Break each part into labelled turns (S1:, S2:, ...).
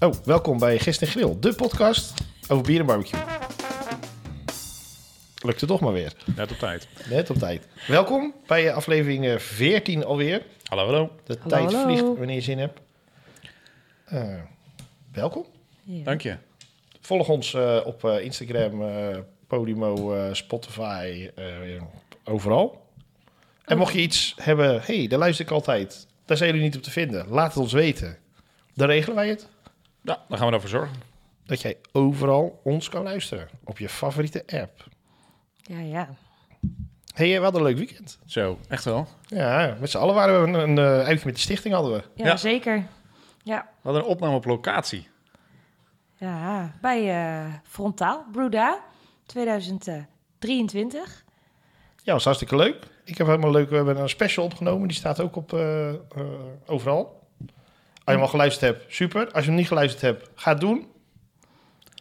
S1: Oh, welkom bij Gist en Grill, de podcast over bier en barbecue. Lukte toch maar weer.
S2: Net op tijd.
S1: Net op tijd. Welkom bij eh, aflevering eh, 14 alweer.
S2: Hallo, hallo.
S1: De
S3: Hallo,
S1: tijd
S3: hallo.
S1: vliegt wanneer je zin hebt. Eh, welkom.
S3: Ja.
S2: Dank je.
S1: Volg ons eh, op eh, Instagram, eh, Podimo, eh, Spotify, eh, overal.
S3: Oh.
S1: En mocht je iets hebben, hey, daar luister ik altijd. Daar zijn jullie niet op te vinden. Laat het ons weten. Dan regelen wij het.
S2: Nou, daar gaan we daarvoor zorgen.
S1: dat jij overal ons kan luisteren. Op je favoriete app.
S3: Ja, ja.
S1: Hé, hey, eh, we hadden een leuk weekend.
S2: Zo, echt wel.
S1: Ja, met z'n allen waren we een, een eh, uitje met de stichting hadden we.
S3: ja,
S2: Ja.
S3: zeker. Ja,
S2: We hadden een opname op locatie.
S3: ja. bij eh, Frontaal Bruda 2023.
S1: Ja, was hartstikke leuk. Ik heb helemaal leuk. We hebben een special opgenomen. Die staat ook op eh, eh, overal. Als je hem al geluisterd hebt, super. Als je hem niet geluisterd hebt, ga het doen.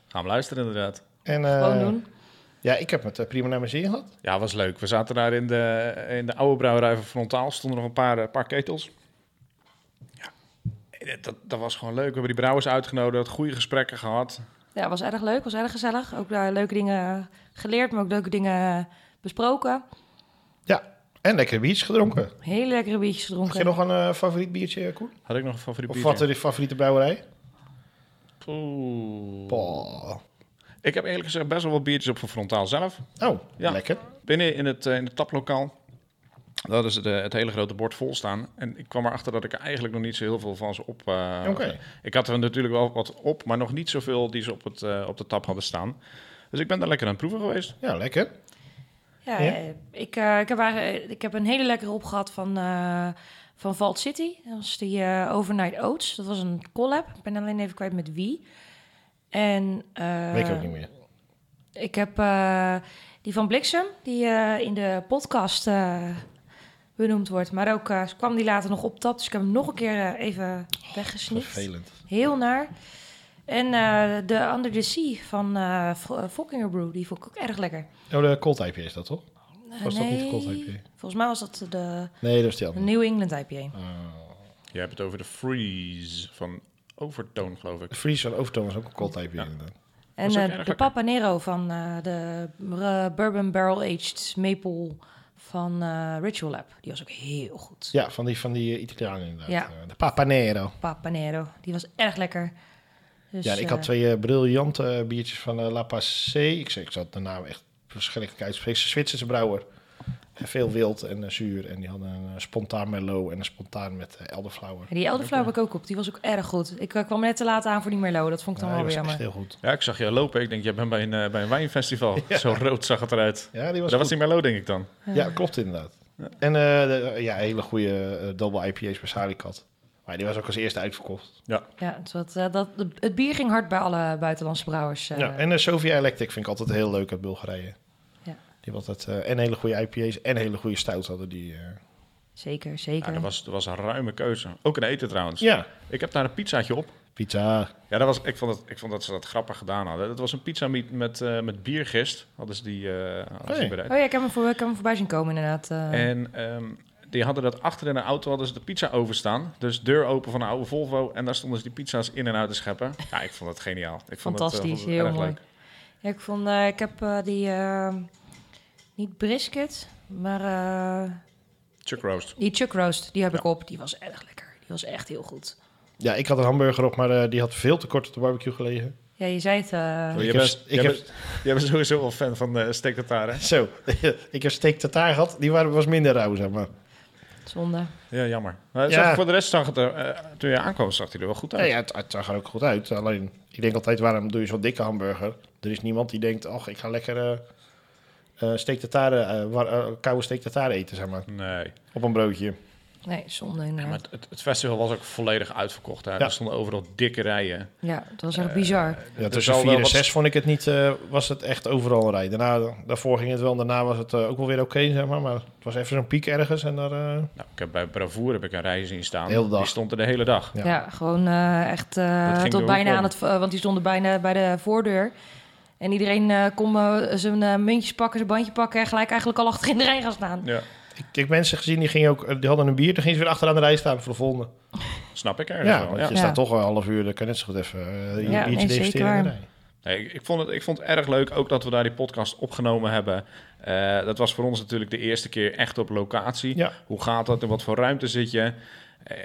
S2: Gaan we luisteren inderdaad.
S1: En, eh,
S3: Gewoon doen.
S1: Ja, ik heb het eh, prima naar mijn zin gehad.
S2: Ja, was leuk. We zaten daar in de, in de oude brouwerij van Frontaal. Stonden nog een paar, eh, paar ketels. Ja, Eh, dat, dat was gewoon leuk. We hebben die brouwers uitgenodigd. Goede gesprekken gehad.
S3: Ja, was erg leuk, was erg gezellig. Ook daar leuke dingen geleerd, maar ook leuke dingen besproken.
S1: En lekkere biertjes gedronken.
S3: Hele lekkere biertjes
S1: Had
S3: gedronken.
S1: je nog een eh, favoriet biertje, Koen?
S2: Had ik nog een favoriet
S1: Of wat
S2: biertje?
S1: is je favoriete brouwerij?
S2: Oeh.
S1: Poh.
S2: Ik heb eerlijk gezegd best wel wat biertjes op van Frontaal zelf.
S1: Oh,
S2: Ja.
S1: lekker.
S2: Binnen in het, eh, in het taplokaal. Dat is de, het hele grote bord vol staan. En ik kwam erachter dat ik er eigenlijk nog niet zo heel veel van ze op. eh,
S1: Ah, Oké.
S2: Ik had er natuurlijk wel wat op, maar nog niet zoveel die ze op, het, eh, op de tap hadden staan. Dus ik ben daar lekker aan het proeven geweest.
S1: Ja, lekker.
S3: Ja,
S1: Ja?
S3: eh, Ik, eh, ik, heb, eigenlijk- ik heb een hele lekkere op gehad van, eh van Vault City. Dat was die eh, Overnight Oats. Dat was een collab. Ik ben alleen even kwijt met wie. En, eh,
S1: Weet ik ook niet meer.
S3: Ik heb eh, die van Bliksem, die eh, in de podcast eh, benoemd wordt. Maar ook eh, kwam die later nog op tap. Dus ik heb hem nog een keer eh, even weggesnipt.
S1: Vervelend.
S3: Heel naar. En eh, de Under the Sea van eh F- eh, Fokkinger Brew, die vond ik ook erg lekker.
S1: Oh, de cold IPA is dat toch?
S3: Eh,
S1: Was dat niet de cold IPA?
S3: Volgens mij was dat de
S1: Nee, dat is die andere.
S3: New England
S1: Ah.
S3: IPA.
S2: Je hebt het over de freeze van Overtoon, geloof ik.
S1: De Fries van Overtoon was ook een cold IPA inderdaad.
S3: En
S2: was ook
S3: eh,
S2: erg
S3: de
S2: lekker.
S3: Papa Nero van eh, de eh, Bourbon Barrel Aged Maple van eh, Ritual Lab. Die was ook heel goed.
S1: Ja, van die, van die eh, Italianen inderdaad.
S3: Ja.
S1: Eh, de Papanero.
S3: Papanero. Die was erg lekker. Dus,
S1: ja, en ik
S3: eh,
S1: had twee eh, briljante eh, biertjes van eh, La Passé. Ik, zeg- ik zat de naam echt verschrikkelijk uitspreken. Ze is een Zwitserse brouwer. Eh, Veel wild en eh, zuur. En die hadden een eh, spontaan Merlot en een spontaan met eh, elderflower.
S3: en die elderflower heb ik ook op. Die was ook erg goed. Ik eh, kwam net te laat aan voor die Merlot. Dat vond ik dan
S1: Ja, die
S3: wel
S1: was
S3: weer
S1: echt
S3: jammer.
S1: heel goed.
S2: Ja, ik zag je lopen. Ik denk, jij bent bij een, eh, bij een wijnfestival. Zo rood zag het eruit.
S1: Ja, die was
S2: dat was die Merlot, denk ik dan.
S1: Ja, klopt inderdaad. En eh, de- ja, hele goede eh, double IPA's bij Salicat. Maar die was ook als eerste uitverkocht.
S3: Ja, het, was, eh, dat, het bier ging hard bij alle buitenlandse brouwers. eh.
S1: Ja, en eh, Sofia Electric vind ik altijd heel leuk uit Bulgarije.
S3: Ja.
S1: Die had altijd eh, en hele goede IPA's en hele goede stout hadden die. eh.
S3: Zeker,
S2: Ja,
S3: zeker.
S2: dat was, dat was een ruime keuze. Ook een eten trouwens.
S1: Ja,
S2: Ik heb daar een pizzaatje op.
S1: pizza.
S2: Ja, dat was, ik, vond dat, ik vond dat ze dat grappig gedaan hadden. Dat was een pizza met, met, eh, met biergist. Hadden ze die, eh hadden ze
S1: Hey.
S2: die bereid.
S3: Oh ja, ik heb, hem voor, ik heb hem voorbij zien komen inderdaad. eh.
S2: En ehm, die hadden dat achter in de auto hadden ze de pizza overstaan. Dus deur open van een oude Volvo. En daar stonden ze die pizza's in en uit te scheppen. Ja, ik vond dat geniaal. Ik vond dat, eh,
S3: Fantastisch,
S2: vond dat
S3: heel
S2: erg
S3: mooi.
S2: leuk.
S3: Ja, ik, vond, eh, ik heb eh, die, eh, niet brisket, maar eh,
S2: Chuck roast.
S3: die chuck roast. Die heb ik op. Die was erg lekker. Die was echt heel goed.
S1: Ja, ik had een hamburger op, maar eh, die had veel te kort op de barbecue gelegen.
S3: Ja, je zei het. eh,
S2: Oh,
S1: ik
S2: jij,
S1: heb-
S2: bent,
S1: ik
S2: jij,
S1: heb-
S2: bent, jij bent sowieso wel fan van eh steak tartare, hè?
S1: Zo, ik heb steak tartaar gehad, die waren, was minder rauw, zeg maar.
S3: zonde.
S2: Ja, jammer. Maar het
S1: Ja.
S2: zag- voor de rest zag het er, eh, toen je aankwam, zag hij er wel goed
S1: Ja,
S2: uit.
S1: ja, het, het zag er ook goed uit. Alleen, ik denk altijd, waarom doe je zo'n dikke hamburger? Er is niemand die denkt, ach, ik ga lekker eh eh, steak tartare, eh, war- eh, koude steak tartare eten, zeg maar.
S2: Nee.
S1: Op een broodje.
S3: Nee, zonde inderdaad.
S2: Ja, maar het, het festival was ook volledig uitverkocht. Hè?
S1: Ja.
S2: Er stonden overal dikke rijen.
S3: Ja, dat was echt
S1: Eh,
S3: bizar.
S1: Ja,
S2: Er
S1: tussen
S2: zal
S1: 4
S2: wel
S1: en
S2: wat-
S1: 6 vond ik het niet, eh, was het echt overal een rij. Daarna, daarvoor ging het wel en daarna was het eh, ook wel weer oké, zeg maar. Maar het was even zo'n piek ergens en daar... eh,
S2: Nou, ik heb bij Bravoer heb ik een rij zien staan.
S1: De hele dag.
S2: Die stond er de hele dag.
S1: Ja.
S3: Ja, gewoon eh, echt eh,
S2: Dat ging
S3: tot
S2: door
S3: bijna
S2: om.
S3: aan het... eh, want die stonden bijna bij de voordeur. En iedereen eh, kon eh, zijn eh, muntjes pakken, zijn bandje pakken... en gelijk eigenlijk al achter in de rij gaan staan.
S2: Ja.
S1: eh, Ik heb mensen gezien die, gingen ook, die hadden een bier, toen gingen ze weer achteraan de rij staan voor de volgende.
S2: Snap ik ergens
S1: Ja,
S2: wel.
S1: want
S2: Ja.
S1: je
S3: Ja.
S1: staat toch een half uur, dan kan je net zo goed even eh, een
S3: Ja, nee,
S1: uurtje
S3: zeker
S1: investeren in de
S3: waar.
S1: rij.
S2: Nee, ik, ik vond het, ik vond het erg leuk ook dat we daar die podcast opgenomen hebben. Eh, dat was voor ons natuurlijk de eerste keer echt op locatie.
S1: Ja.
S2: Hoe gaat dat? In wat voor ruimte zit je? Eh,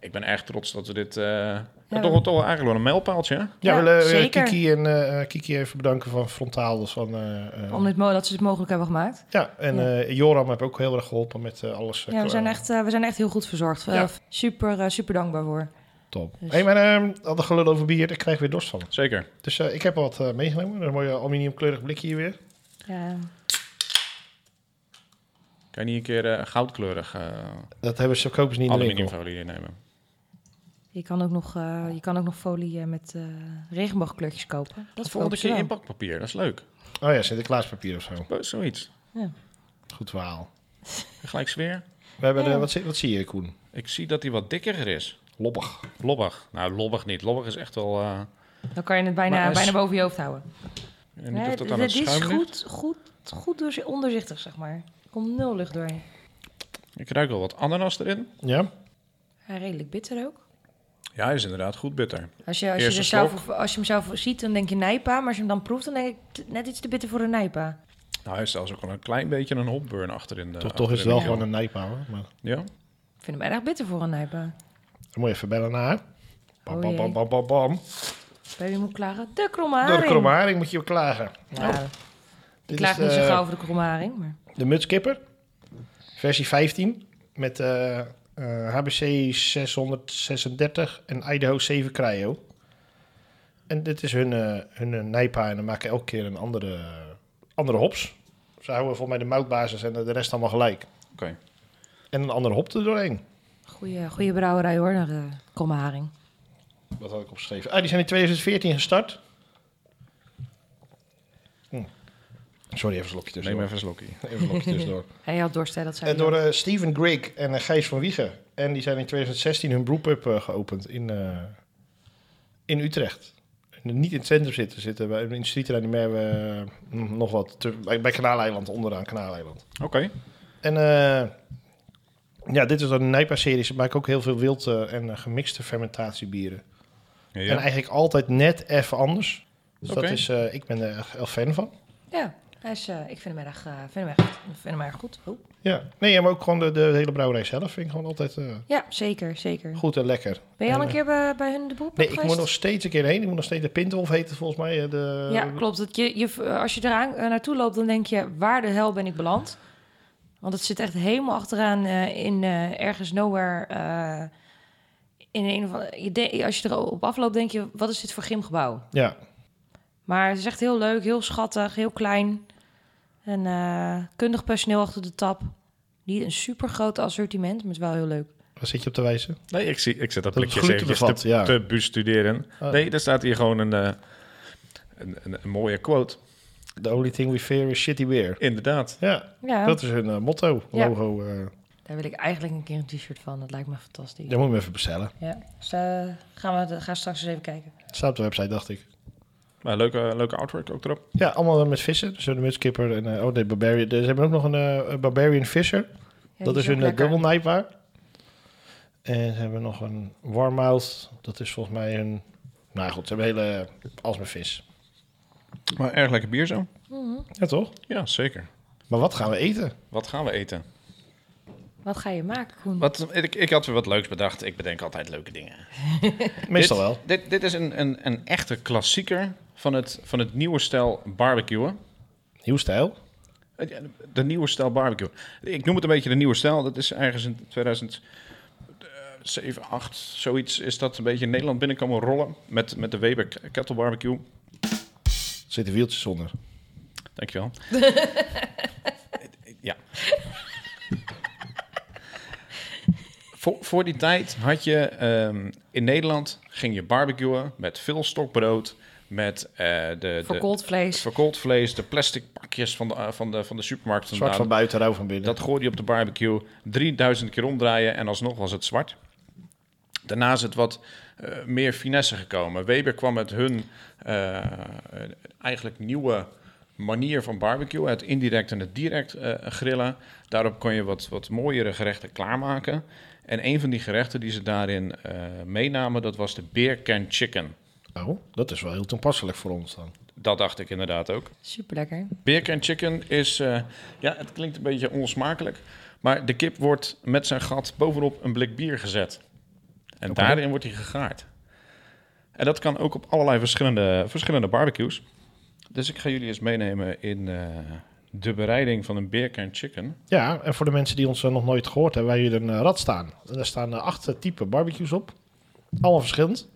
S2: ik ben erg trots dat we dit... eh ja, toch, wel- toch wel eigenlijk wel een mijlpaaltje. hè?
S1: Ja,
S3: Ja,
S1: we willen eh,
S3: zeker.
S1: Kiki en eh, Kiki even bedanken van Frontaal. Dus van, eh, eh,
S3: Om dit mo- dat ze het mogelijk hebben gemaakt.
S1: ja, en
S3: Ja.
S1: eh, Joram heeft ook heel erg geholpen met eh, alles. eh,
S3: Ja, we
S1: qua-
S3: zijn echt, eh, we zijn echt heel goed verzorgd. Eh,
S1: Ja.
S3: super, eh, super dankbaar voor.
S1: Top.
S3: Dus-
S1: hey, maar ehm al dat gelul over bier, ik krijg weer dorst van.
S2: Zeker.
S1: Dus eh, ik heb wat eh, meegenomen. Een mooi aluminiumkleurig blikje hier weer.
S3: Ja.
S2: Kan je niet een keer eh, goudkleurig eh
S1: Dat hebben ze, kopen ze niet in de winkel.
S2: aluminiumfolie nemen?
S3: Je kan ook nog, eh, je kan ook nog folie eh, met eh, regenboogkleurtjes kopen.
S2: Dat
S3: Dat
S2: volgende
S3: kopen ze
S2: keer
S3: wel.
S2: inpakpapier, dat is leuk.
S1: Oh ja, Sinterklaaspapier of zo.
S2: Bo- Zoiets.
S1: Goed verhaal.
S2: Gelijk sfeer.
S1: We hebben
S3: Ja.
S1: de- wat, zie- wat zie je, Koen?
S2: Ik zie dat hij wat dikker is.
S1: Loppig.
S2: Lobbig. Nou, lobbig niet. Lobbig is echt wel... eh,
S3: Dan kan je het bijna,
S2: Maar hij is-
S3: bijna boven je hoofd houden.
S2: ik weet niet of dat aan het
S3: dit is
S2: schuim ligt.
S3: goed, goed, goed doorzi- onderzichtig, zeg maar. Er komt nul lucht doorheen.
S2: Ik ruik wel wat ananas erin.
S1: Ja?
S3: Ja, redelijk bitter ook.
S2: Ja, hij is inderdaad goed bitter.
S3: Als je, als, je
S2: Eerste
S3: er zelf, als je hem zelf ziet, dan denk je nijpa. Maar als je hem dan proeft, dan denk ik t- net iets te bitter voor een nijpa.
S2: Nou, hij is zelfs ook al een klein beetje een hopburn achterin. De,
S1: toch, toch is het
S2: achterin
S1: wel
S2: de
S1: gewoon
S2: keel.
S1: een nijpa, hoor. Maar
S2: Ja?
S3: Ik vind hem erg bitter voor een nijpa.
S1: dan moet je even bellen naar. Bam,
S3: Oh
S1: bam,
S3: jee.
S1: bam, bam, bam, bam.
S3: Baby moet klagen. De kromme
S1: Door
S3: haring.
S1: de kromme haring moet je ook klagen.
S3: Ja, ik
S1: Dit
S3: klaag
S1: is eh,
S3: niet zo
S1: de-
S3: gauw voor de kromme haring, maar...
S1: De mutskipper, versie 15, met eh, eh, HBC 636 en Idaho 7 Cryo. En dit is hun, eh hun eh, nijpa en dan maken elke keer een andere, andere hops. Ze houden volgens mij de moutbasis en de de rest allemaal gelijk.
S2: Oké.
S1: En een andere hop er doorheen.
S3: Goeie, goeie brouwerij hoor, naar de kromme haring.
S1: Wat had ik opgeschreven? Ah, die zijn in 2014 gestart. Hm. Sorry, even een slokje
S2: Neem
S1: tussendoor.
S2: even een slokje.
S1: Even een slokje tussendoor.
S3: Hij had dorst, hè, dat zei
S1: En
S3: hij
S1: door
S3: ook.
S1: eh, Steven Grigg en eh, Gijs van Wiegen. En die zijn in 2016 hun brewpub eh, geopend in, eh, in Utrecht. En niet in het centrum zitten, zitten bij een industrieterrein in Merwe, eh, mm, nog wat, te- bij, bij Kanaaleiland, onderaan Kanaaleiland.
S2: Oké.
S1: En eh, ja, dit is dan een Nijpa-serie. Ze maken ook heel veel wild eh, en eh, gemixte fermentatiebieren.
S2: Ja.
S1: En eigenlijk altijd net even anders. Dus
S2: Oké.
S1: dat is, eh, ik ben er echt heel fan van.
S3: Ja, hij is, eh, ik vind hem erg, eh, vind hem erg, ik vind hem erg goed. Oh.
S1: Ja, nee, ja, maar ook gewoon de, de hele brouwerij zelf vind ik gewoon altijd eh,
S3: Ja, zeker, zeker.
S1: goed en lekker.
S3: Ben je al een
S1: En,
S3: keer bij, bij hun de boel
S1: Nee, ik moet nog steeds een keer heen. Ik moet nog steeds de Pintolf heten, volgens mij. eh, De,
S3: Ja, klopt. Dat je, je, als je eraan eh, naartoe loopt, dan denk je, waar de hel ben ik beland? Want het zit echt helemaal achteraan eh, in eh, ergens nowhere. eh, in een of andere, je de- als je erop afloopt, denk je, wat is dit voor gymgebouw?
S1: Ja,
S3: Maar het is echt heel leuk, heel schattig, heel klein. En eh, kundig personeel achter de tap. Niet een super groot assortiment, maar het is wel heel leuk.
S1: waar zit je op te wijzen?
S2: Nee, ik, zie, ik zet dat
S1: Dat
S2: blikje
S1: groente
S2: eventjes
S1: bevat,
S2: te,
S1: ja.
S2: te bestuderen.
S1: Oh.
S2: Nee, daar staat hier gewoon een, eh, een, een, een mooie quote.
S1: The only thing we fear is shitty weer.
S2: Inderdaad.
S1: Ja,
S3: Ja,
S1: dat is hun eh, motto,
S3: Ja.
S1: logo. eh
S3: daar wil ik eigenlijk een keer een t-shirt van. Dat lijkt me fantastisch. Ja,
S1: dat moet je even bestellen.
S3: dus, eh, gaan we gaan straks eens even kijken.
S1: Het staat op de website, dacht ik.
S2: Maar leuke, leuke artwork ook erop.
S1: Ja, allemaal met vissen. Dus de mutskipper en... eh, oh nee, Barbarian. Dus ze hebben ook nog een eh, Barbarian Visser.
S3: Ja, die
S1: dat is
S3: ook
S1: hun eh,
S3: lekker.
S1: Double Nightmare. En ze hebben nog een Warmouth. Dat is volgens mij een... Nou goed, ze hebben hele... eh, Als met vis.
S2: Maar erg lekker bier zo.
S3: Mhm.
S1: Ja, toch?
S2: Ja, zeker.
S1: Maar wat gaan we eten?
S2: Wat gaan we eten?
S3: Wat ga je maken, Koen?
S2: Wat, ik, ik had weer wat leuks bedacht. Ik bedenk altijd leuke dingen.
S1: Meestal
S2: dit,
S1: wel.
S2: Dit, dit is een, een, een echte klassieker van het, van het nieuwe stijl barbecuen.
S1: Nieuw stijl.
S2: Het- ja, De nieuwe stijl barbecue. Ik noem het een beetje de nieuwe stijl. Dat is ergens in 2007, 8, zoiets is dat een beetje in Nederland binnenkomen rollen met, met de Weber K- Kettle Barbecue.
S1: Er zitten wieltjes onder.
S2: Dankjewel. ja. voor, voor die tijd had je ehm, in Nederland ging je barbecuen met veel stokbrood, met eh, de, de
S3: Verkoold vlees.
S2: verkoold vlees, de plastic pakjes van de, eh, van de, van de supermarkt.
S1: Zwart
S2: vandaan.
S1: van buiten, rauw van binnen.
S2: Dat gooide je op de barbecue 3000 keer omdraaien en alsnog was het zwart. Daarna is het wat eh, meer finesse gekomen. Weber kwam met hun eh, eigenlijk nieuwe manier van barbecue. Het indirect en het direct eh, grillen. Daarop kon je wat, wat mooiere gerechten klaarmaken. En een van die gerechten die ze daarin eh, meenamen, dat was de beer can chicken.
S1: Oh, dat is wel heel toepasselijk voor ons dan.
S2: Dat dacht ik inderdaad ook.
S3: Super lekker.
S2: Beer can chicken is, eh, ja, het klinkt een beetje onsmakelijk, maar de kip wordt met zijn gat bovenop een blik bier gezet. En
S1: Oké.
S2: daarin wordt hij gegaard. En dat kan ook op allerlei verschillende, verschillende barbecues. Dus ik ga jullie eens meenemen in eh, de bereiding van een beer can chicken.
S1: Ja, en voor de mensen die ons eh, nog nooit gehoord hebben, wij hebben hier een eh, rad staan. En daar staan eh, acht eh, type barbecues op. Allemaal verschillend.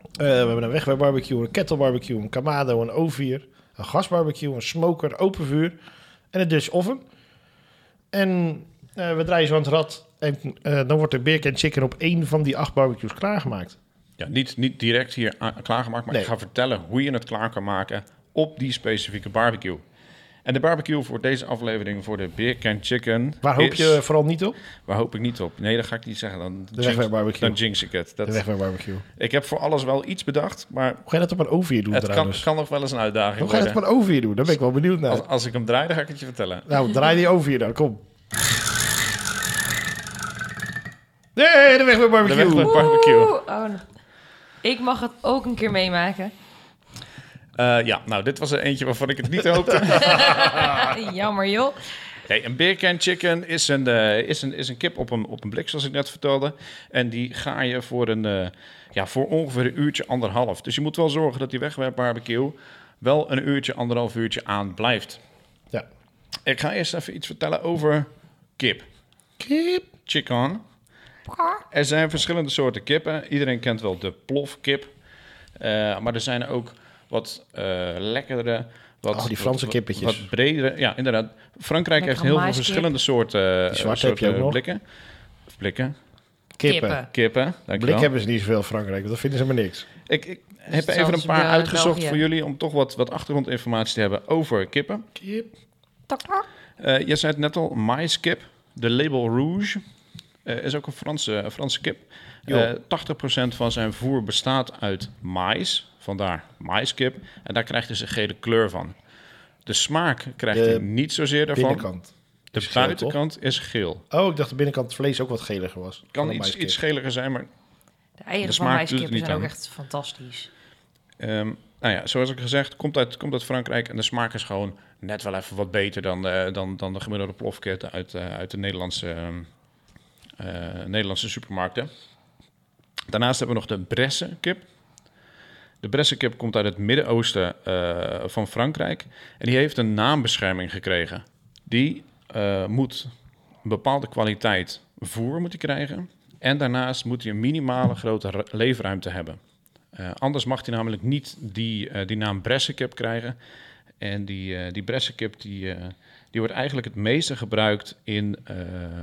S1: Eh, we hebben een wegwerpbarbecue, een kettlebarbecue, een kamado, een ovier, een gasbarbecue, een smoker, open vuur en een Dutch oven. En eh, we draaien zo aan het rad en eh, dan wordt de beer en chicken op één van die acht barbecues klaargemaakt.
S2: Ja, niet, niet direct hier a- klaargemaakt, maar
S1: Nee.
S2: ik ga vertellen hoe je het klaar kan maken op die specifieke barbecue. En de barbecue voor deze aflevering voor de Beer Can Chicken.
S1: Waar hoop
S2: is-
S1: je vooral niet op?
S2: Waar hoop ik niet op? Nee, dat ga ik niet zeggen. Dan,
S1: De
S2: jinx,
S1: wegwerpbarbecue.
S2: dan jinx ik het.
S1: De
S2: Dat,
S1: wegwerpbarbecue. Hoe
S2: ik heb voor alles wel iets bedacht, maar
S1: ga je dat op een ovier doen
S2: het kan,
S1: trouwens?
S2: kan nog wel eens een uitdaging
S1: dus. Hoe ga je dat
S2: worden.
S1: op een ovier doen? Daar ben ik wel benieuwd naar.
S2: Als, als ik hem draai, dan ga ik het je vertellen.
S1: Nou, draai die over hier dan, kom. Nee, de weg met barbecue.
S2: De weg met- Barbecue.
S3: Woe! Oh, no. ik mag het ook een keer meemaken.
S2: Eh, ja, nou, dit was er eentje waarvan ik het niet hoopte.
S3: Ah, Jammer joh.
S2: Nee, een beer can chicken is een, eh, is een, is een kip op een, op een blik, zoals ik net vertelde. En die ga je voor, een, eh, ja, voor ongeveer een uurtje, anderhalf. Dus je moet wel zorgen dat die wegwerpbarbecue wel een uurtje, anderhalf uurtje aan blijft.
S1: Ja.
S2: Ik ga eerst even iets vertellen over kip.
S1: Kip.
S2: Chicken. Er zijn verschillende soorten kippen. Iedereen kent wel de plofkip. Eh, maar er zijn ook wat eh, lekkere... Wat,
S1: Oh, die
S2: wat-
S1: Franse
S2: wat-
S1: kippetjes.
S2: Wat, bredere. Ja, inderdaad. Frankrijk
S3: Lekkere
S2: heeft heel veel
S3: maiskip.
S2: verschillende soorten,
S1: Die
S2: eh,
S1: zwarte heb je
S2: soorten
S1: ook nog.
S2: blikken. Of blikken.
S1: Kippen.
S3: Kippen.
S2: Kippen.
S1: Blik
S2: Dankjewel.
S1: hebben ze niet zoveel in Frankrijk, want dat vinden ze maar niks.
S2: Ik, ik heb
S3: Dus hetzelfde
S2: even
S3: als
S2: een
S3: in
S2: paar
S3: Bel-
S2: uitgezocht
S3: België.
S2: voor jullie... om toch wat, wat achtergrondinformatie te hebben over kippen.
S1: Kip.
S3: Tak, tak.
S2: Eh je zei het net al, maiskip. De label Rouge eh, is ook een Franse, een Franse kip. Eh, 80% van zijn voer bestaat uit maïs, vandaar maiskip. En daar krijgt hij zijn gele kleur van. De smaak krijgt
S1: De
S2: hij niet zozeer daarvan.
S1: Binnenkant.
S2: de
S1: is geel,
S2: buitenkant is geel.
S1: Oh, ik dacht de binnenkant het vlees ook wat geliger was. Van
S2: Kan
S1: een
S2: iets,
S1: maiskip.
S2: iets geliger zijn, maar
S3: De eieren
S2: De
S3: van
S2: smaak doet het
S3: maiskippen
S2: dus niet
S3: zijn ook
S2: aan.
S3: echt fantastisch.
S2: Ehm, nou ja, zoals ik gezegd, komt uit, komt uit Frankrijk en de smaak is gewoon net wel even wat beter dan, eh, dan, dan de gemiddelde plofkit uit, eh, uit de Nederlandse, ehm, eh, Nederlandse supermarkten. Daarnaast hebben we nog de Bressenkip. De Bressenkip komt uit het Midden-Oosten eh, van Frankrijk en die heeft een naambescherming gekregen. Die eh, moet een bepaalde kwaliteit voer moeten krijgen en daarnaast moet hij een minimale grote ru- leefruimte hebben. Eh, anders mag hij namelijk niet die, eh, die naam Bressenkip krijgen. En die, eh die Bressenkip die, eh, die wordt eigenlijk het meeste gebruikt in eh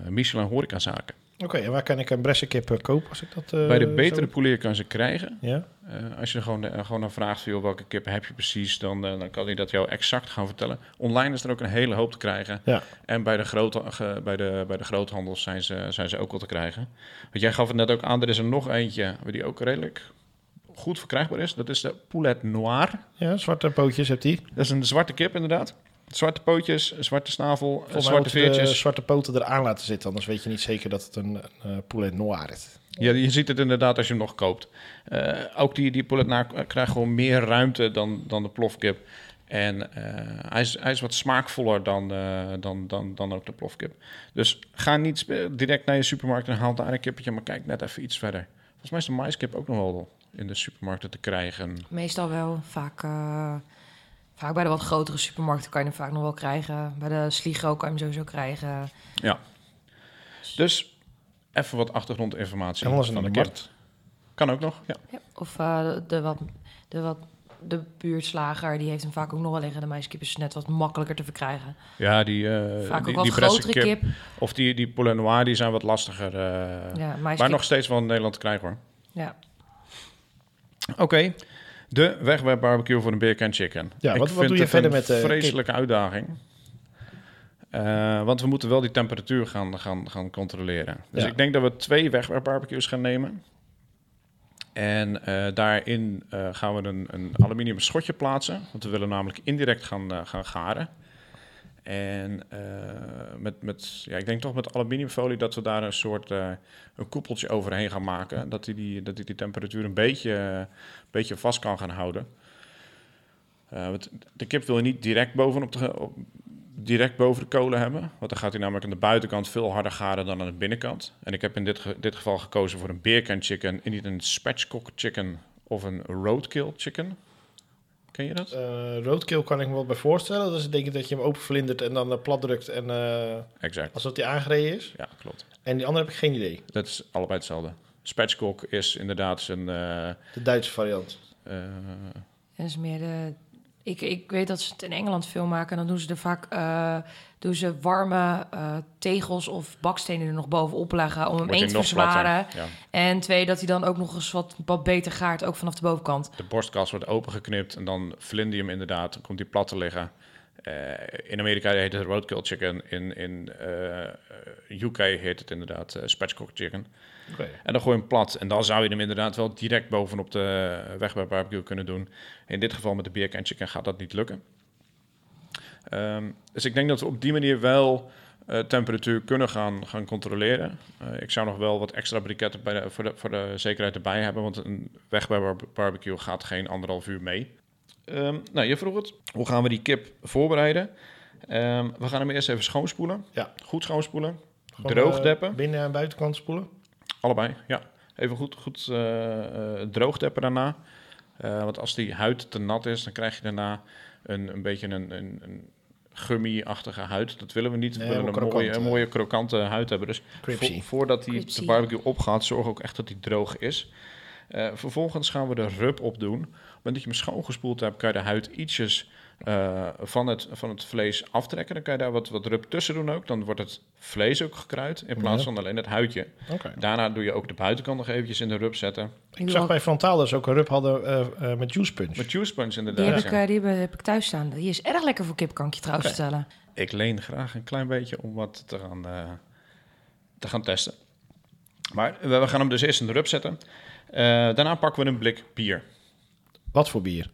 S2: Michelin horecazaken.
S1: Oké, en waar kan ik een bressenkip eh, kopen als ik dat... eh,
S2: Bij de betere
S1: zo-
S2: poelier kan ze krijgen.
S1: Ja?
S2: Eh, als je er gewoon, eh, gewoon naar vraagt van, joh, welke kip heb je precies, dan, eh, dan kan hij dat jou exact gaan vertellen. Online is er ook een hele hoop te krijgen.
S1: Ja.
S2: En bij de, grote, ge- bij de, bij de groothandels zijn ze, zijn ze ook wel te krijgen. Want jij gaf het net ook aan, er is er nog eentje die ook redelijk goed verkrijgbaar is. Dat is de Poulet Noir.
S1: Ja, zwarte pootjes hebt die.
S2: Dat is een zwarte kip, inderdaad. Zwarte pootjes, zwarte snavel,
S1: Volgens mij
S2: zwarte
S1: moeten we de
S2: veertjes.
S1: zwarte poten eraan laten zitten, anders weet je niet zeker dat het een eh, poulet noir is.
S2: Ja, je ziet het inderdaad als je hem nog koopt. Eh, ook die, die pullet na krijgt gewoon meer ruimte dan, dan de plofkip. En eh, hij, is, hij is wat smaakvoller dan, eh, dan, dan, dan ook de plofkip. Dus ga niet spe- direct naar je supermarkt en haal daar een kippetje, maar kijk net even iets verder. Volgens mij is de maiskip ook nog wel in de supermarkten te krijgen.
S3: Meestal wel. Vaak, eh, vaak bij de wat grotere supermarkten kan je hem vaak nog wel krijgen. Bij de Sligo kan je hem sowieso krijgen.
S2: Ja. Dus even wat achtergrondinformatie.
S1: En anders
S2: van
S1: naar de
S2: kip.
S1: markt.
S2: Kan ook nog, ja.
S3: Ja, Of eh, de- de, wat, de, wat, de buurtslager, die heeft hem vaak ook nog wel liggen. De maiskip is net wat makkelijker te verkrijgen.
S2: Ja, die, eh,
S3: Vaak
S2: die,
S3: ook
S2: die
S3: wat grotere
S2: pressenkip
S3: kip.
S2: Of die, die poulet noir, die zijn wat lastiger. eh,
S3: Ja,
S2: maar
S3: maiskip.
S2: nog steeds wel in Nederland te krijgen hoor.
S3: Ja.
S2: Oké, de wegwerpbarbecue voor een beer can chicken.
S1: Ja, wat- wat doe je
S2: het
S1: verder
S2: een
S1: met, eh,
S2: vreselijke uitdaging. Eh, want we moeten wel die temperatuur gaan, gaan, gaan controleren. Dus
S1: Ja.
S2: ik denk dat we twee wegwerpbarbecues gaan nemen. En eh, daarin eh, gaan we een, een aluminium schotje plaatsen. Want we willen namelijk indirect gaan, eh, gaan garen. En eh, met, met, ja, ik denk toch met aluminiumfolie dat we daar een soort eh, een koepeltje overheen gaan maken. Dat hij die, dat die, die temperatuur een beetje, eh, beetje vast kan gaan houden. Eh, want de kip wil je niet direct, bovenop de, op, direct boven de kolen hebben. Want dan gaat hij namelijk aan de buitenkant veel harder garen dan aan de binnenkant. En ik heb in dit, ge- dit geval gekozen voor een beercan chicken en niet een spatchcock chicken of een roadkill chicken. Ken je dat?
S1: Eh, roadkill kan ik me wat bij voorstellen. Dat is denk ik dat je hem openvlindert en dan eh, plat drukt. En eh,
S2: Exact.
S1: alsof hij aangereden is.
S2: Ja, klopt.
S1: En die andere heb ik geen idee.
S2: Dat is allebei hetzelfde. Spatchcock is inderdaad zijn... eh,
S1: De Duitse variant.
S2: eh,
S3: Dat is meer de... Ik, ik weet dat ze het in Engeland veel maken. En dan doen ze er vaak eh, doen ze warme eh, tegels of bakstenen er nog bovenop leggen. Om hem
S2: wordt
S3: één
S2: hij
S3: te
S2: nog platter.
S3: verzwaren.
S2: Ja.
S3: En twee, dat hij dan ook nog eens wat, wat beter gaart. Ook vanaf de bovenkant.
S2: De borstkas wordt opengeknipt en dan vlinder je hem inderdaad. Dan komt die plat te liggen. Eh, in Amerika heet het roadkill chicken. In, in eh, UK heet het inderdaad eh, spatchcock chicken.
S1: Oké.
S2: En dan gooi je hem plat. En dan zou je hem inderdaad wel direct bovenop de eh, weg bij barbecue kunnen doen. In dit geval met de beer can chicken gaat dat niet lukken. Ehm, dus ik denk dat we op die manier wel eh, temperatuur kunnen gaan, gaan controleren. Eh, ik zou nog wel wat extra briketten bij de, voor, de, voor de zekerheid erbij hebben. Want een weg bij bar- barbecue gaat geen anderhalf uur mee. Ehm, nou, je vroeg het. Hoe gaan we die kip voorbereiden? Ehm, we gaan hem eerst even schoonspoelen.
S1: Ja.
S2: Goed schoonspoelen.
S1: Gewoon,
S2: droog
S1: eh,
S2: deppen.
S1: binnen- en buitenkant spoelen.
S2: Allebei, ja. Even goed, goed eh, eh, droogdeppen daarna. Eh, want als die huid te nat is, dan krijg je daarna een, een beetje een, een, een gummy-achtige huid. Dat willen we niet. We
S1: Nee,
S2: willen
S1: helemaal
S2: een mooie,
S1: krokant,
S2: een
S1: eh.
S2: mooie krokante huid hebben. Dus
S1: Crispy.
S2: vo- voordat die
S3: Crispy.
S2: de barbecue opgaat, zorg ook echt dat die droog is. Eh, vervolgens gaan we de rub op doen. Op het moment dat je hem schoongespoeld hebt, kan je de huid ietsjes eh, van, het, van het vlees aftrekken. Dan kan je daar wat, wat rub tussen doen ook. Dan wordt het vlees ook gekruid in plaats
S1: Ja.
S2: van alleen het huidje.
S1: Oké.
S2: Daarna doe je ook de buitenkant nog eventjes in de rub zetten.
S1: Ik zag bij Frontaal dat ze ook een rub hadden eh, eh, met juice punch.
S2: Met juice punch
S3: Die, heb
S2: inderdaad.
S3: ik,
S2: ja.
S3: eh, die heb, heb ik thuis staan. Die is erg lekker voor kip, kan ik je trouwens
S1: Oké.
S3: vertellen.
S2: Ik leen graag een klein beetje om wat te gaan, eh, te gaan testen. Maar we we gaan hem dus eerst in de rub zetten. Eh, daarna pakken we een blik bier.
S1: Wat voor bier?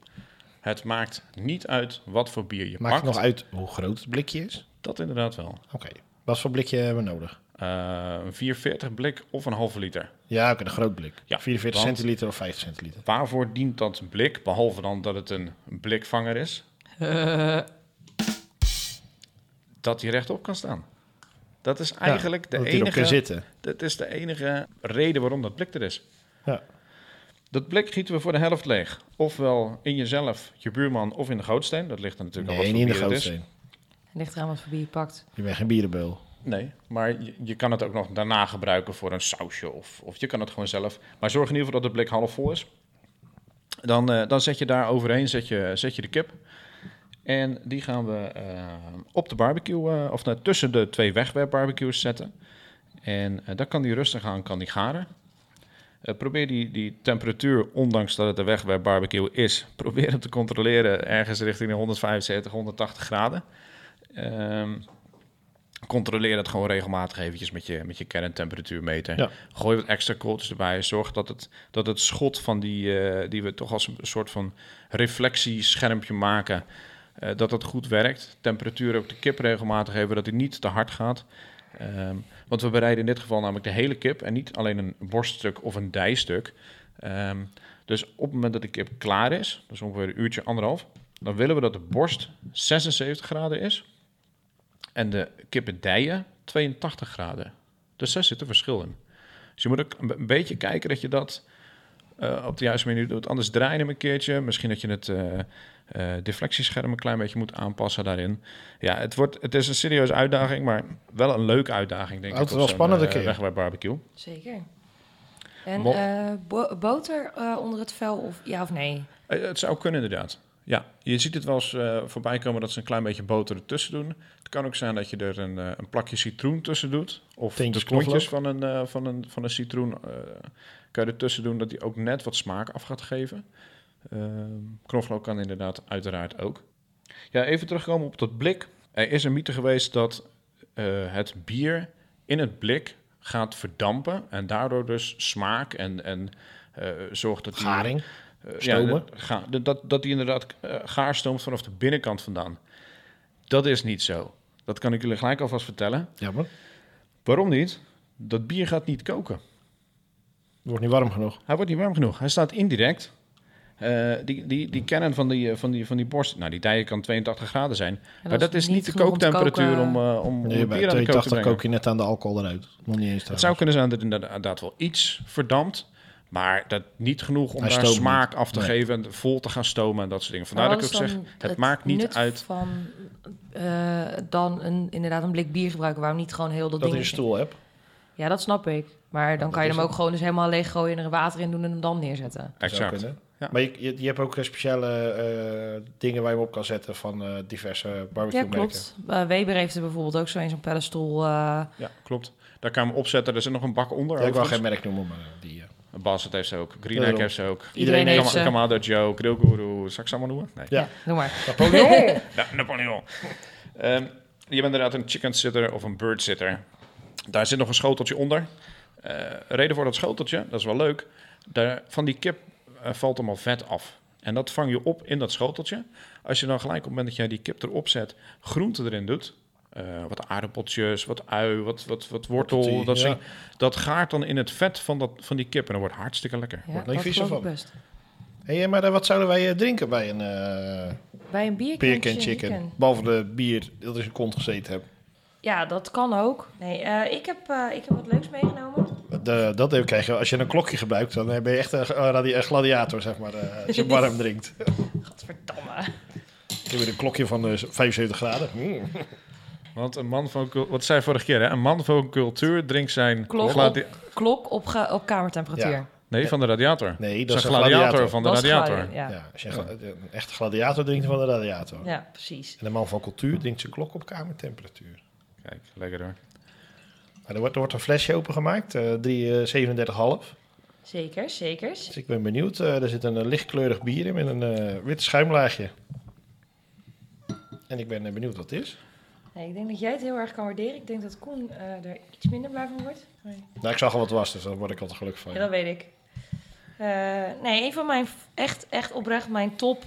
S2: Het maakt niet uit wat voor bier je
S1: Maakt
S2: pakt.
S1: het nog uit hoe groot het blikje is?
S2: Dat inderdaad wel.
S1: Oké. Wat voor blikje hebben we nodig?
S2: Eh, een 440 blik of een halve liter.
S1: Ja, oké, een groot blik.
S2: Ja,
S1: 44
S2: want-
S1: centiliter of 50 centiliter.
S2: Waarvoor dient dat blik? Behalve dan dat het een blikvanger is.
S1: Eh.
S2: Dat hij rechtop kan staan. Dat is eigenlijk de
S1: dat die erop
S2: enige...
S1: kan zitten.
S2: Dat is de enige reden waarom dat blik er is.
S1: Ja.
S2: Dat blik gieten we voor de helft leeg. Ofwel in jezelf, je buurman of in de gootsteen. Dat ligt er natuurlijk al
S1: Nee,
S2: wat
S1: niet in de
S2: voor bier het
S1: grootsteen.
S3: Ligt eraan wat voor bier je pakt.
S1: Je bent geen bierenbeul.
S2: is. Nee, maar je, je kan het ook nog daarna gebruiken voor een sausje of, of je kan het gewoon zelf. Maar zorg in ieder geval dat het blik half vol is. Dan, eh, dan zet je daar overheen zet je, zet je de kip. En die gaan we eh, op de barbecue, eh, of nou, tussen de twee wegwerpbarbecues zetten. En eh, dan kan die rustig aan, kan die garen. Eh, probeer die, die temperatuur, ondanks dat het een wegwerpbarbecue is, probeer hem te controleren ergens richting de 175, 180 graden. Ehm, controleer dat gewoon regelmatig eventjes met je, met je kerntemperatuurmeter.
S1: Ja.
S2: Gooi wat extra kooltjes erbij. Zorg dat het, dat het schot van die, eh, die we toch als een soort van reflectieschermpje maken, eh, dat dat goed werkt. Temperatuur ook de kip regelmatig even, dat hij niet te hard gaat. Ehm, want we bereiden in dit geval namelijk de hele kip en niet alleen een borststuk of een dijstuk. Ehm, dus op het moment dat de kip klaar is, dus ongeveer een uurtje, anderhalf, dan willen we dat de borst 76 graden is en de kippendijen 82 graden. Dus daar zit een verschil in. Dus je moet ook een be- een beetje kijken dat je dat eh, op de juiste manier doet. Anders draai je hem een keertje. Misschien dat je het eh, eh, deflectiescherm een klein beetje moet aanpassen daarin. Ja, het, wordt, het is een serieuze uitdaging, maar wel een leuke uitdaging, denk
S1: Houdt
S2: ik.
S1: het wel spannend een
S2: keer.
S1: keer.
S2: Weg bij barbecue.
S3: Zeker. En
S2: Mo-
S3: eh, bo- boter eh, onder het vel of ja of nee?
S2: Eh, Het zou kunnen inderdaad. Ja, je ziet het wel eens eh, voorbij komen dat ze een klein beetje boter ertussen doen. Het kan ook zijn dat je er een, eh, een plakje citroen tussen doet. Of
S1: Teentjes
S2: de klontjes van een, eh, van, een, van een citroen eh, kan je ertussen doen, dat die ook net wat smaak af gaat geven. Ehm knoflook kan inderdaad uiteraard ook. Ja, even terugkomen op dat blik. Er is een mythe geweest dat eh, het bier in het blik gaat verdampen en daardoor dus smaak en, en eh, zorgt dat die-
S1: Garing.
S2: eh,
S1: Stomen.
S2: Ja, ga- dat, dat die inderdaad eh, gaar stoomt vanaf de binnenkant vandaan. Dat is niet zo. Dat kan ik jullie gelijk alvast vertellen.
S1: Jammer.
S2: Waarom niet? Dat bier gaat niet koken.
S1: Wordt niet warm genoeg.
S2: Hij wordt niet warm genoeg. Hij staat indirect. Eh, die, die, die kennen van die, eh, van, die, van die borst, nou die tij kan 82 graden zijn.
S3: En
S2: maar dat is niet de kooktemperatuur om, eh, om om
S1: Nee,
S2: het
S1: bij
S2: bier aan de kook te
S1: 82
S2: brengen.
S1: kook je net aan de alcohol eruit. Nog niet eens
S2: Het
S1: trouwens.
S2: zou kunnen zijn dat het inderdaad wel iets verdampt. Maar dat niet genoeg om
S1: Hij
S2: daar
S1: stoomt
S2: smaak af te
S1: Nee.
S2: geven en vol te gaan stomen en dat soort dingen. Vandaar dat ik ook zeg, het, maakt niet uit.
S3: van eh, dan een, inderdaad een blik bier gebruiken. Waarom niet gewoon heel dat,
S1: Dat je
S3: ding...
S1: een stoel hebt.
S3: Ja, dat snap ik. Maar dan kan je hem ook gewoon eens helemaal leeg gooien en er water in doen en hem dan neerzetten.
S1: Dat zou
S2: Exact.
S1: kunnen.
S2: Ja.
S1: Maar je, je, je hebt ook eh, speciale eh, dingen waar je hem op kan zetten van eh, diverse barbecue
S3: Ja,
S1: merken.
S3: klopt. Eh, Weber heeft er bijvoorbeeld ook zo in zo'n paddenstoel. eh,
S2: Ja, klopt. Daar kan je hem opzetten. Er zit nog een bak onder.
S1: Ja, ik wil
S2: overigens.
S1: geen merk noemen, maar eh, die... eh,
S2: Bas, het heeft ze ook. Greenhack
S1: Daarom.
S2: heeft ze ook.
S1: Iedereen
S3: heeft
S2: Kama-
S3: ze.
S2: Kamado Joe, Grillguru. Zal ik ze allemaal noemen? Nee.
S1: Ja.
S3: ja. doe maar.
S1: Napoleon!
S2: Ja, Napoleon. Ehm, je bent inderdaad een chicken sitter of een bird sitter. Daar zit nog een schoteltje onder. Eh, reden voor dat schoteltje, dat is wel leuk. Daar, van die kip eh, valt allemaal vet af. En dat vang je op in dat schoteltje. Als je dan gelijk op het moment dat jij die kip erop zet, groente erin doet. eh, wat aardappeltjes, wat ui, wat, wat, wat wortel.
S1: Worteltje,
S2: Dat, soort
S1: ja.
S2: dingen. dat gaart dan in het vet van, dat, van die kip. En dat wordt hartstikke lekker.
S3: Ja,
S1: Wordt
S3: dat
S1: niet vies
S3: geloof ik
S1: ervan.
S3: best.
S1: Hé, maar eh, wat zouden wij eh, drinken bij een eh
S3: Bij een bier
S1: beer can chicken? Behalve de bier dat in zijn kont gezeten heb.
S3: Ja, dat kan ook. Nee, eh, ik, heb, eh, ik heb wat leuks meegenomen.
S1: De, dat heb- krijg je als je een klokje gebruikt, dan ben je echt een, eh, radi- een gladiator, zeg maar, eh, als je warm drinkt.
S3: Gadverdamme.
S1: Ik heb weer een klokje van eh, 75 graden. Mm.
S2: Want een man van cul- wat zei vorige keer, hè? een man van cultuur drinkt zijn
S3: Klok
S2: gladi-
S3: op, klok op, ga- op kamertemperatuur.
S1: Ja,
S2: Nee, van de radiator.
S1: Nee,
S2: Dat is een gladiator,
S1: gladiator.
S2: van de
S3: Dat is
S2: radiator.
S3: geluid, Ja. Ja.
S1: Ja, als je een gla- een echte gladiator drinkt van de radiator.
S3: precies.
S1: En de man van cultuur drinkt zijn klok op kamertemperatuur.
S2: Kijk, lekker hoor.
S1: Nou, er, wordt, er wordt een flesje opengemaakt, eh drie, eh, 37,5.
S3: Zeker, zeker.
S1: Dus ik ben benieuwd. Eh, er zit een eh, lichtkleurig bier in met een eh, wit schuimlaagje. En ik ben eh, benieuwd wat het is.
S3: Nee, ik denk dat jij het heel erg kan waarderen. Ik denk dat Koen eh, er iets minder blij van wordt.
S1: Nou, ik zag al wat was, dus daar word ik altijd gelukkig van.
S3: Ja, dat weet ik. Eh, nee, een van mijn, f- echt, echt oprecht, mijn top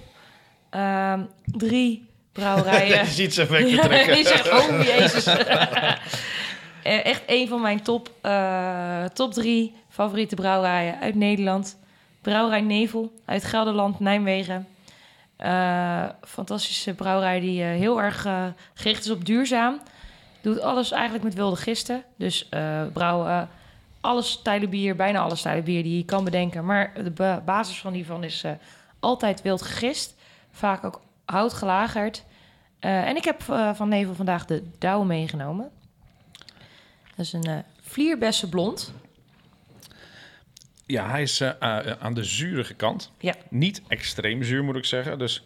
S3: ehm, drie brouwerijen.
S1: Deze ziet ze weg
S3: Ja,
S1: betrekken.
S3: die zegt, oh jezus. Eh, Echt een van mijn top, eh, top drie favoriete brouwerijen uit Nederland. Brouwerij Nevel uit Gelderland, Nijmegen. Eh, fantastische brouwerij die eh, heel erg eh, gericht is op duurzaam. Doet alles eigenlijk met wilde gisten. Dus eh brouwen eh, alles stijlen bier, bijna alle stijlen bier die je kan bedenken. Maar de ba- basis van hiervan is eh, altijd wild gegist. Vaak ook hout gelagerd. Eh, en ik heb eh, van Nevel vandaag de Douwe meegenomen. Dat is een eh vlierbessen blond.
S2: Ja, hij is eh, a- eh, aan de zurige kant.
S3: Ja.
S2: Niet extreem zuur, moet ik zeggen. Dus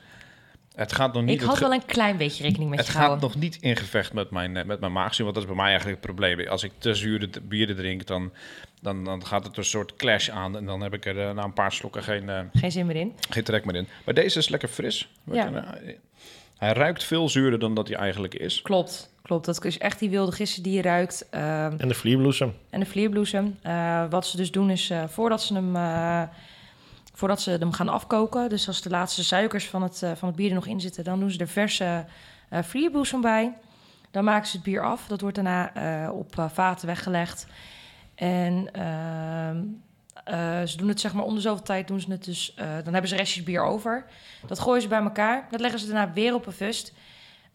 S2: het gaat nog niet...
S3: Ik
S2: het
S3: had
S2: ge-
S3: wel een klein beetje rekening met
S2: het
S3: je
S2: gaat
S3: gehouden.
S2: nog niet in gevecht met mijn, eh, met mijn maagzuur, want dat is bij mij eigenlijk het probleem. Als ik te zure d- bieren drink, dan, dan, dan gaat het een soort clash aan. En dan heb ik er eh, na een paar slokken geen, eh,
S3: Geen zin meer in.
S2: geen trek meer in. Maar deze is lekker fris.
S3: Ja.
S2: Eh, Hij ruikt veel zuurder dan dat hij eigenlijk is.
S3: Klopt, klopt. Dat is echt die wilde gissen die je ruikt. Ehm,
S1: En de vlierbloesem.
S3: en de vlierbloesem. Eh, wat ze dus doen is, eh, voordat, ze hem, eh, voordat ze hem gaan afkoken... dus als de laatste suikers van het, eh, van het bier er nog in zitten... dan doen ze er verse eh vlierbloesem bij. Dan maken ze het bier af. Dat wordt daarna eh, op eh, vaten weggelegd. En ehm, eh, ze doen het zeg maar om de zoveel tijd doen ze het dus... eh, dan hebben ze restjes bier over. Dat gooien ze bij elkaar. Dat leggen ze daarna weer op een vust...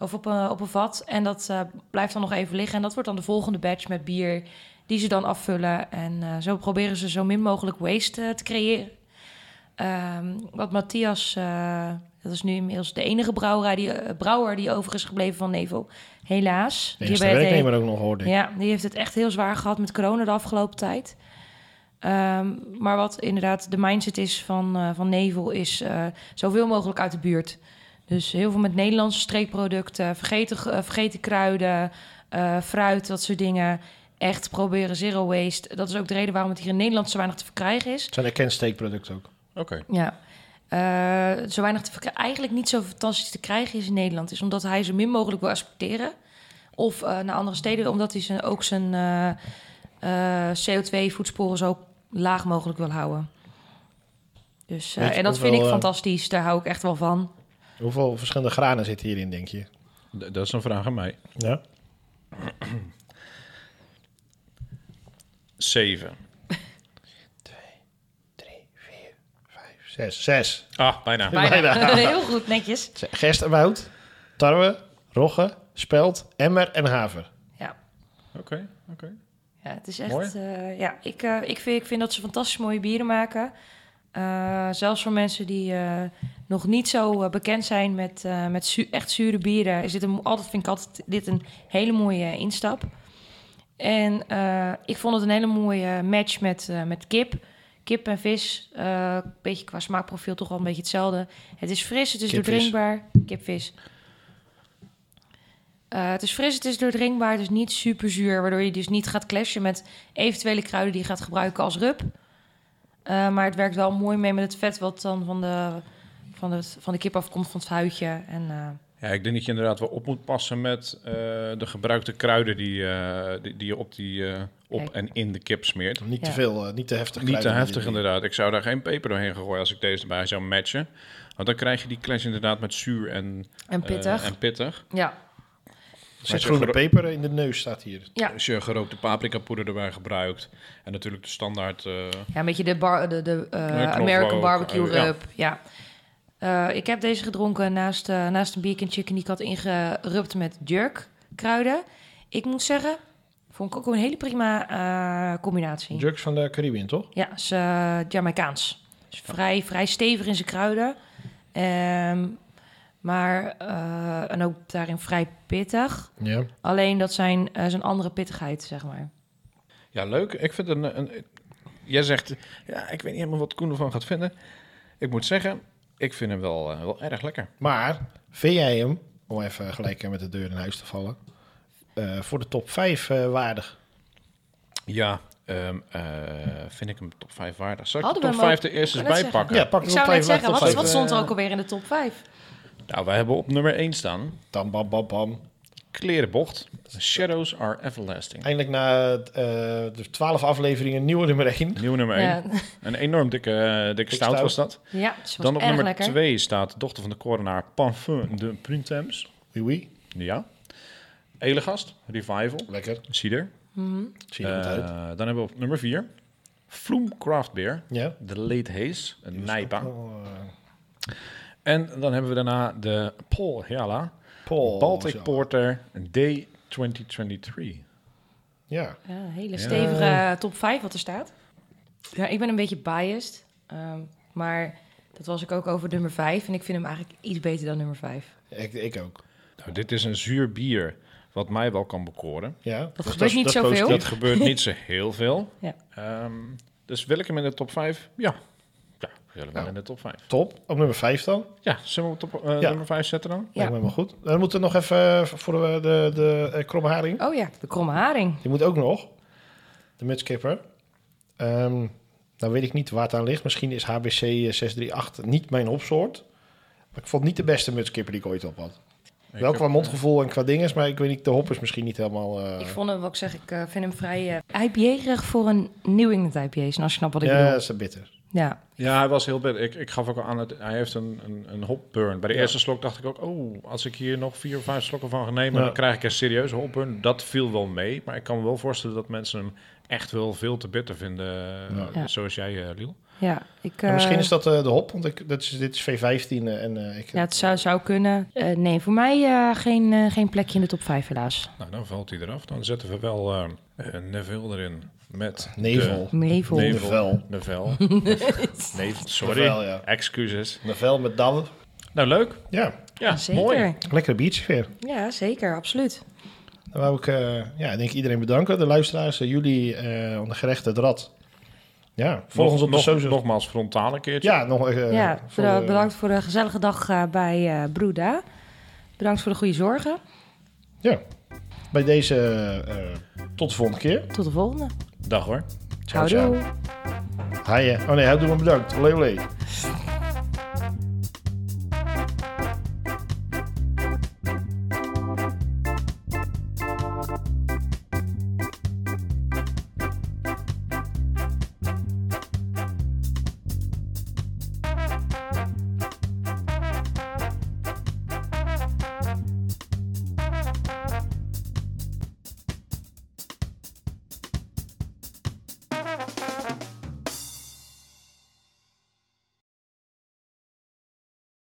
S3: Of op een, op een vat. En dat eh, blijft dan nog even liggen. En dat wordt dan de volgende batch met bier die ze dan afvullen. En eh, zo proberen ze zo min mogelijk waste eh, te creëren. Ehm, wat Matthias, eh, dat is nu inmiddels de enige brouwerij die, eh, brouwer die over is gebleven van Nevel. Helaas.
S1: De eerste
S3: bij het-
S1: werknemer ook nog hoorde ik.
S3: ja, die heeft het echt heel zwaar gehad met corona de afgelopen tijd. Ehm, maar wat inderdaad de mindset is van, eh, van Nevel is eh, zoveel mogelijk uit de buurt. Dus heel veel met Nederlandse streekproducten, vergeten, ge- eh, vergeten kruiden, eh, fruit, dat soort dingen. Echt proberen zero waste. Dat is ook de reden waarom het hier in Nederland zo weinig te verkrijgen is.
S1: Het zijn een kensteekproduct ook.
S2: Oké.
S3: Ja. Eh, zo weinig te verkrijgen, eigenlijk niet zo fantastisch te krijgen is in Nederland, is omdat hij zo min mogelijk wil exporteren. Of eh, naar andere steden, omdat hij zijn, ook zijn eh, eh, CO2-voetsporen zo laag mogelijk wil houden. Dus, eh,
S1: Weet je
S3: en dat vind
S1: hoeveel,
S3: ik
S1: eh,
S3: fantastisch, daar hou ik echt wel van.
S1: Hoeveel verschillende granen zitten hierin, denk je?
S2: D- dat is een vraag aan mij.
S1: Ja.
S2: 7.
S1: Zes. Zes.
S2: Ah, bijna.
S3: Bijna.
S1: Bijna.
S3: Heel goed, netjes.
S1: Gerstwoud, tarwe, rogge, speld, emmer en haver.
S3: Ja.
S2: Oké, oké.
S3: Ja, het is echt.
S2: Mooi.
S3: eh, ja, ik, eh, ik, vind, ik vind dat ze fantastisch mooie bieren maken. Eh, zelfs voor mensen die eh, nog niet zo eh, bekend zijn met, eh, met zu- echt zure bieren, is dit een, altijd, vind ik altijd dit een hele mooie eh, instap. En eh, ik vond het een hele mooie match met, eh, met kip. Kip en vis, eh, een beetje qua smaakprofiel toch wel een beetje hetzelfde. Het is fris, het is
S1: Kipvis.
S3: doordrinkbaar. Kipvis. Eh, het is fris, het is doordrinkbaar, het is niet super zuur, waardoor je dus niet gaat clashen met eventuele kruiden die je gaat gebruiken als rub. Eh, maar het werkt wel mooi mee met het vet wat dan van de, van de, van de kip afkomt, van het huidje. En, eh,
S2: Ja, ik denk dat je inderdaad wel op moet passen met eh, de gebruikte kruiden die, eh, die, die je op, die, eh, op
S3: Kijk.
S2: en in de kip smeert.
S1: Niet
S3: Ja.
S1: te veel, eh, niet te heftig.
S2: Niet te
S1: kruiden.
S2: heftig inderdaad. Ik zou daar geen peper doorheen gooien als ik deze erbij zou matchen. Want dan krijg je die clash inderdaad met zuur en,
S3: en
S2: eh,
S3: pittig.
S2: en pittig.
S3: Ja,
S1: Er zit groene peper in de neus, staat hier.
S3: Ja.
S2: Als Dus je gerookte paprikapoeder erbij gebruikt. En natuurlijk de standaard... eh,
S3: Ja, een beetje de, bar, de, de eh,
S2: knoflook,
S3: American barbecue
S2: eh, ja.
S3: rub. Ja. Eh, ik heb deze gedronken naast, eh, naast een bacon chicken die ik had ingerupt met jerk kruiden. Ik moet zeggen, vond ik ook een hele prima eh, combinatie.
S1: Drugs van de Caribbean, toch?
S3: Ja, is eh Jamaicaans. Is vrij, vrij stevig in zijn kruiden. Ehm, maar, eh, en ook daarin vrij pittig.
S1: Ja.
S3: Alleen dat zijn, eh, zijn andere pittigheid, zeg maar.
S2: Ja, leuk. Ik vind een, een. Jij zegt. Ja, ik weet niet helemaal wat Koen ervan gaat vinden. Ik moet zeggen, ik vind hem wel, eh, wel erg lekker.
S1: Maar vind jij hem, om even gelijk eh, met de deur in huis te vallen, eh, voor de top 5 waardig?
S2: Ja, ehm, eh, vind ik hem top 5 waardig. Zal ik
S3: Hadden
S2: de
S3: we
S2: top
S3: hem
S2: 5
S3: ook-
S2: er eerst
S3: ik
S2: eens
S3: wou
S2: bij
S3: net
S2: pakken?
S1: Ja, pak
S3: Ik
S1: de
S3: zou
S1: top
S3: net
S1: 5
S3: zeggen,
S1: waardig.
S3: wat,
S1: top
S3: wat
S1: vijf.
S3: stond er ook alweer in de top 5?
S2: Nou, wij hebben op nummer 1 staan.
S1: Dan bam, bam, bam.
S2: Klerenbocht. Shadows are everlasting.
S1: Eindelijk na eh, de 12 afleveringen nieuwe nummer 1.
S2: Nieuw nummer 1.
S3: Ja,
S2: Een enorm dikke, eh, dikke
S1: Dik
S2: stout
S1: stout.
S2: was dat.
S3: ja ze was
S2: Dan op
S3: erg
S2: nummer
S3: lekker.
S2: 2 staat dochter van de coronaar Parfum de Printemps.
S1: Oui, oui.
S2: Ja. Elegast, Revival,
S1: Lekker.
S2: Cider.
S3: Mhm.
S1: Zie je er goed
S2: Eh,
S1: uit.
S2: dan hebben we op nummer 4 Vloem Craft Beer,
S1: Ja.
S2: de Late Haze, een Nijpa.
S1: Oh, eh,
S2: En dan hebben we daarna de Paul Hella,
S1: Paul.
S2: Baltic
S1: Oh, zo.
S2: Porter Day 2023.
S1: Ja.
S3: Ja, een hele
S2: Ja.
S3: stevige eh, top 5 wat er staat. Ja, ik ben een beetje biased. ehm, maar dat was ik ook over nummer 5. En ik vind hem eigenlijk iets beter dan nummer 5.
S1: Ik, ik ook.
S2: Nou, dit is een zuur bier wat mij wel kan bekoren.
S1: Ja.
S3: Dat
S1: is-
S3: gebeurt
S1: is-
S3: niet
S1: dat is
S3: zoveel.
S1: positief.
S2: Dat gebeurt niet zo heel veel.
S3: Ja.
S2: Ehm, dus wil ik hem in de top 5? Ja. Ja, wil ik wel
S1: Ja.
S2: in de top 5.
S1: Top. Op nummer 5 dan.
S2: Ja, zullen we hem op top, eh,
S1: Ja.
S2: nummer 5 zetten dan?
S1: Ja.
S3: Ja.
S1: Lijkt me helemaal goed. Dan moeten we nog even eh, voor de, de, de eh, kromme haring.
S3: Oh ja, de kromme haring.
S1: Die moet ook nog. De mutskipper. Ehm nou weet ik niet waar het aan ligt. Misschien is HBC eh, 638 niet mijn hopsoort. Maar ik vond niet de beste mutskipper die ik ooit op had.
S2: Ik
S1: Wel
S2: heb-
S1: qua mondgevoel en qua dinges, maar ik weet niet, de hop is misschien niet helemaal... eh,
S3: Ik vond hem, wat ik zeg, ik eh, vind hem vrij eh IPA-erig voor een New England IPA. En als je nou snapt wat ik
S1: ja,
S3: bedoel.
S1: dat is bitter.
S3: Ja,
S2: Ja, hij was heel bitter. Ik, ik gaf ook al aan, het, hij heeft een, een, een hopburn. Bij de
S1: Ja.
S2: eerste slok dacht ik ook, oh, als ik hier nog vier of vijf slokken van ga nemen,
S1: Ja.
S2: dan krijg ik een serieuze hopburn. Dat viel wel mee, maar ik kan me wel voorstellen dat mensen hem echt wel veel te bitter vinden, eh,
S3: Ja.
S2: zoals jij, eh Liel.
S3: ja ik...
S1: En
S3: eh,
S1: misschien is dat eh, de hop, want ik, dat is, dit is V15 eh, en eh, ik...
S3: Ja, het zou, zou kunnen. Eh, nee, voor mij eh, geen, eh, geen plekje in de top 5 helaas.
S2: Nou, dan valt hij eraf. Dan zetten we wel eh een Neville erin met
S1: Nevel.
S3: Nevel.
S2: de-
S1: Nevel.
S2: Nevel. Nevel. Nevel, sorry.
S1: Nevel, ja.
S2: Excuses.
S1: Nevel met dan.
S2: Nou, leuk.
S1: Ja,
S2: Ja,
S3: Zeker.
S2: mooi.
S1: lekkere biertjes weer.
S3: Ja, zeker. Absoluut.
S1: Dan wou ik eh, ja, ik denk iedereen bedanken. De luisteraars, eh, jullie, eh de gerechten, het rad. Ja, volg ons op
S2: nog,
S1: de socials.
S2: Nogmaals, frontaal een keertje.
S1: ja, nog, eh,
S3: ja,
S1: voor
S3: beda-
S1: de-
S3: bedankt voor de gezellige dag eh, bij eh, Broeda. Bedankt voor de goede zorgen.
S1: Ja. Bij deze eh, tot de volgende keer.
S3: Tot de volgende.
S2: Dag hoor.
S1: Ciao, ciao.
S3: Houdoe.
S1: Haaien. Oh nee, houdoe maar bedankt. Olé, olé.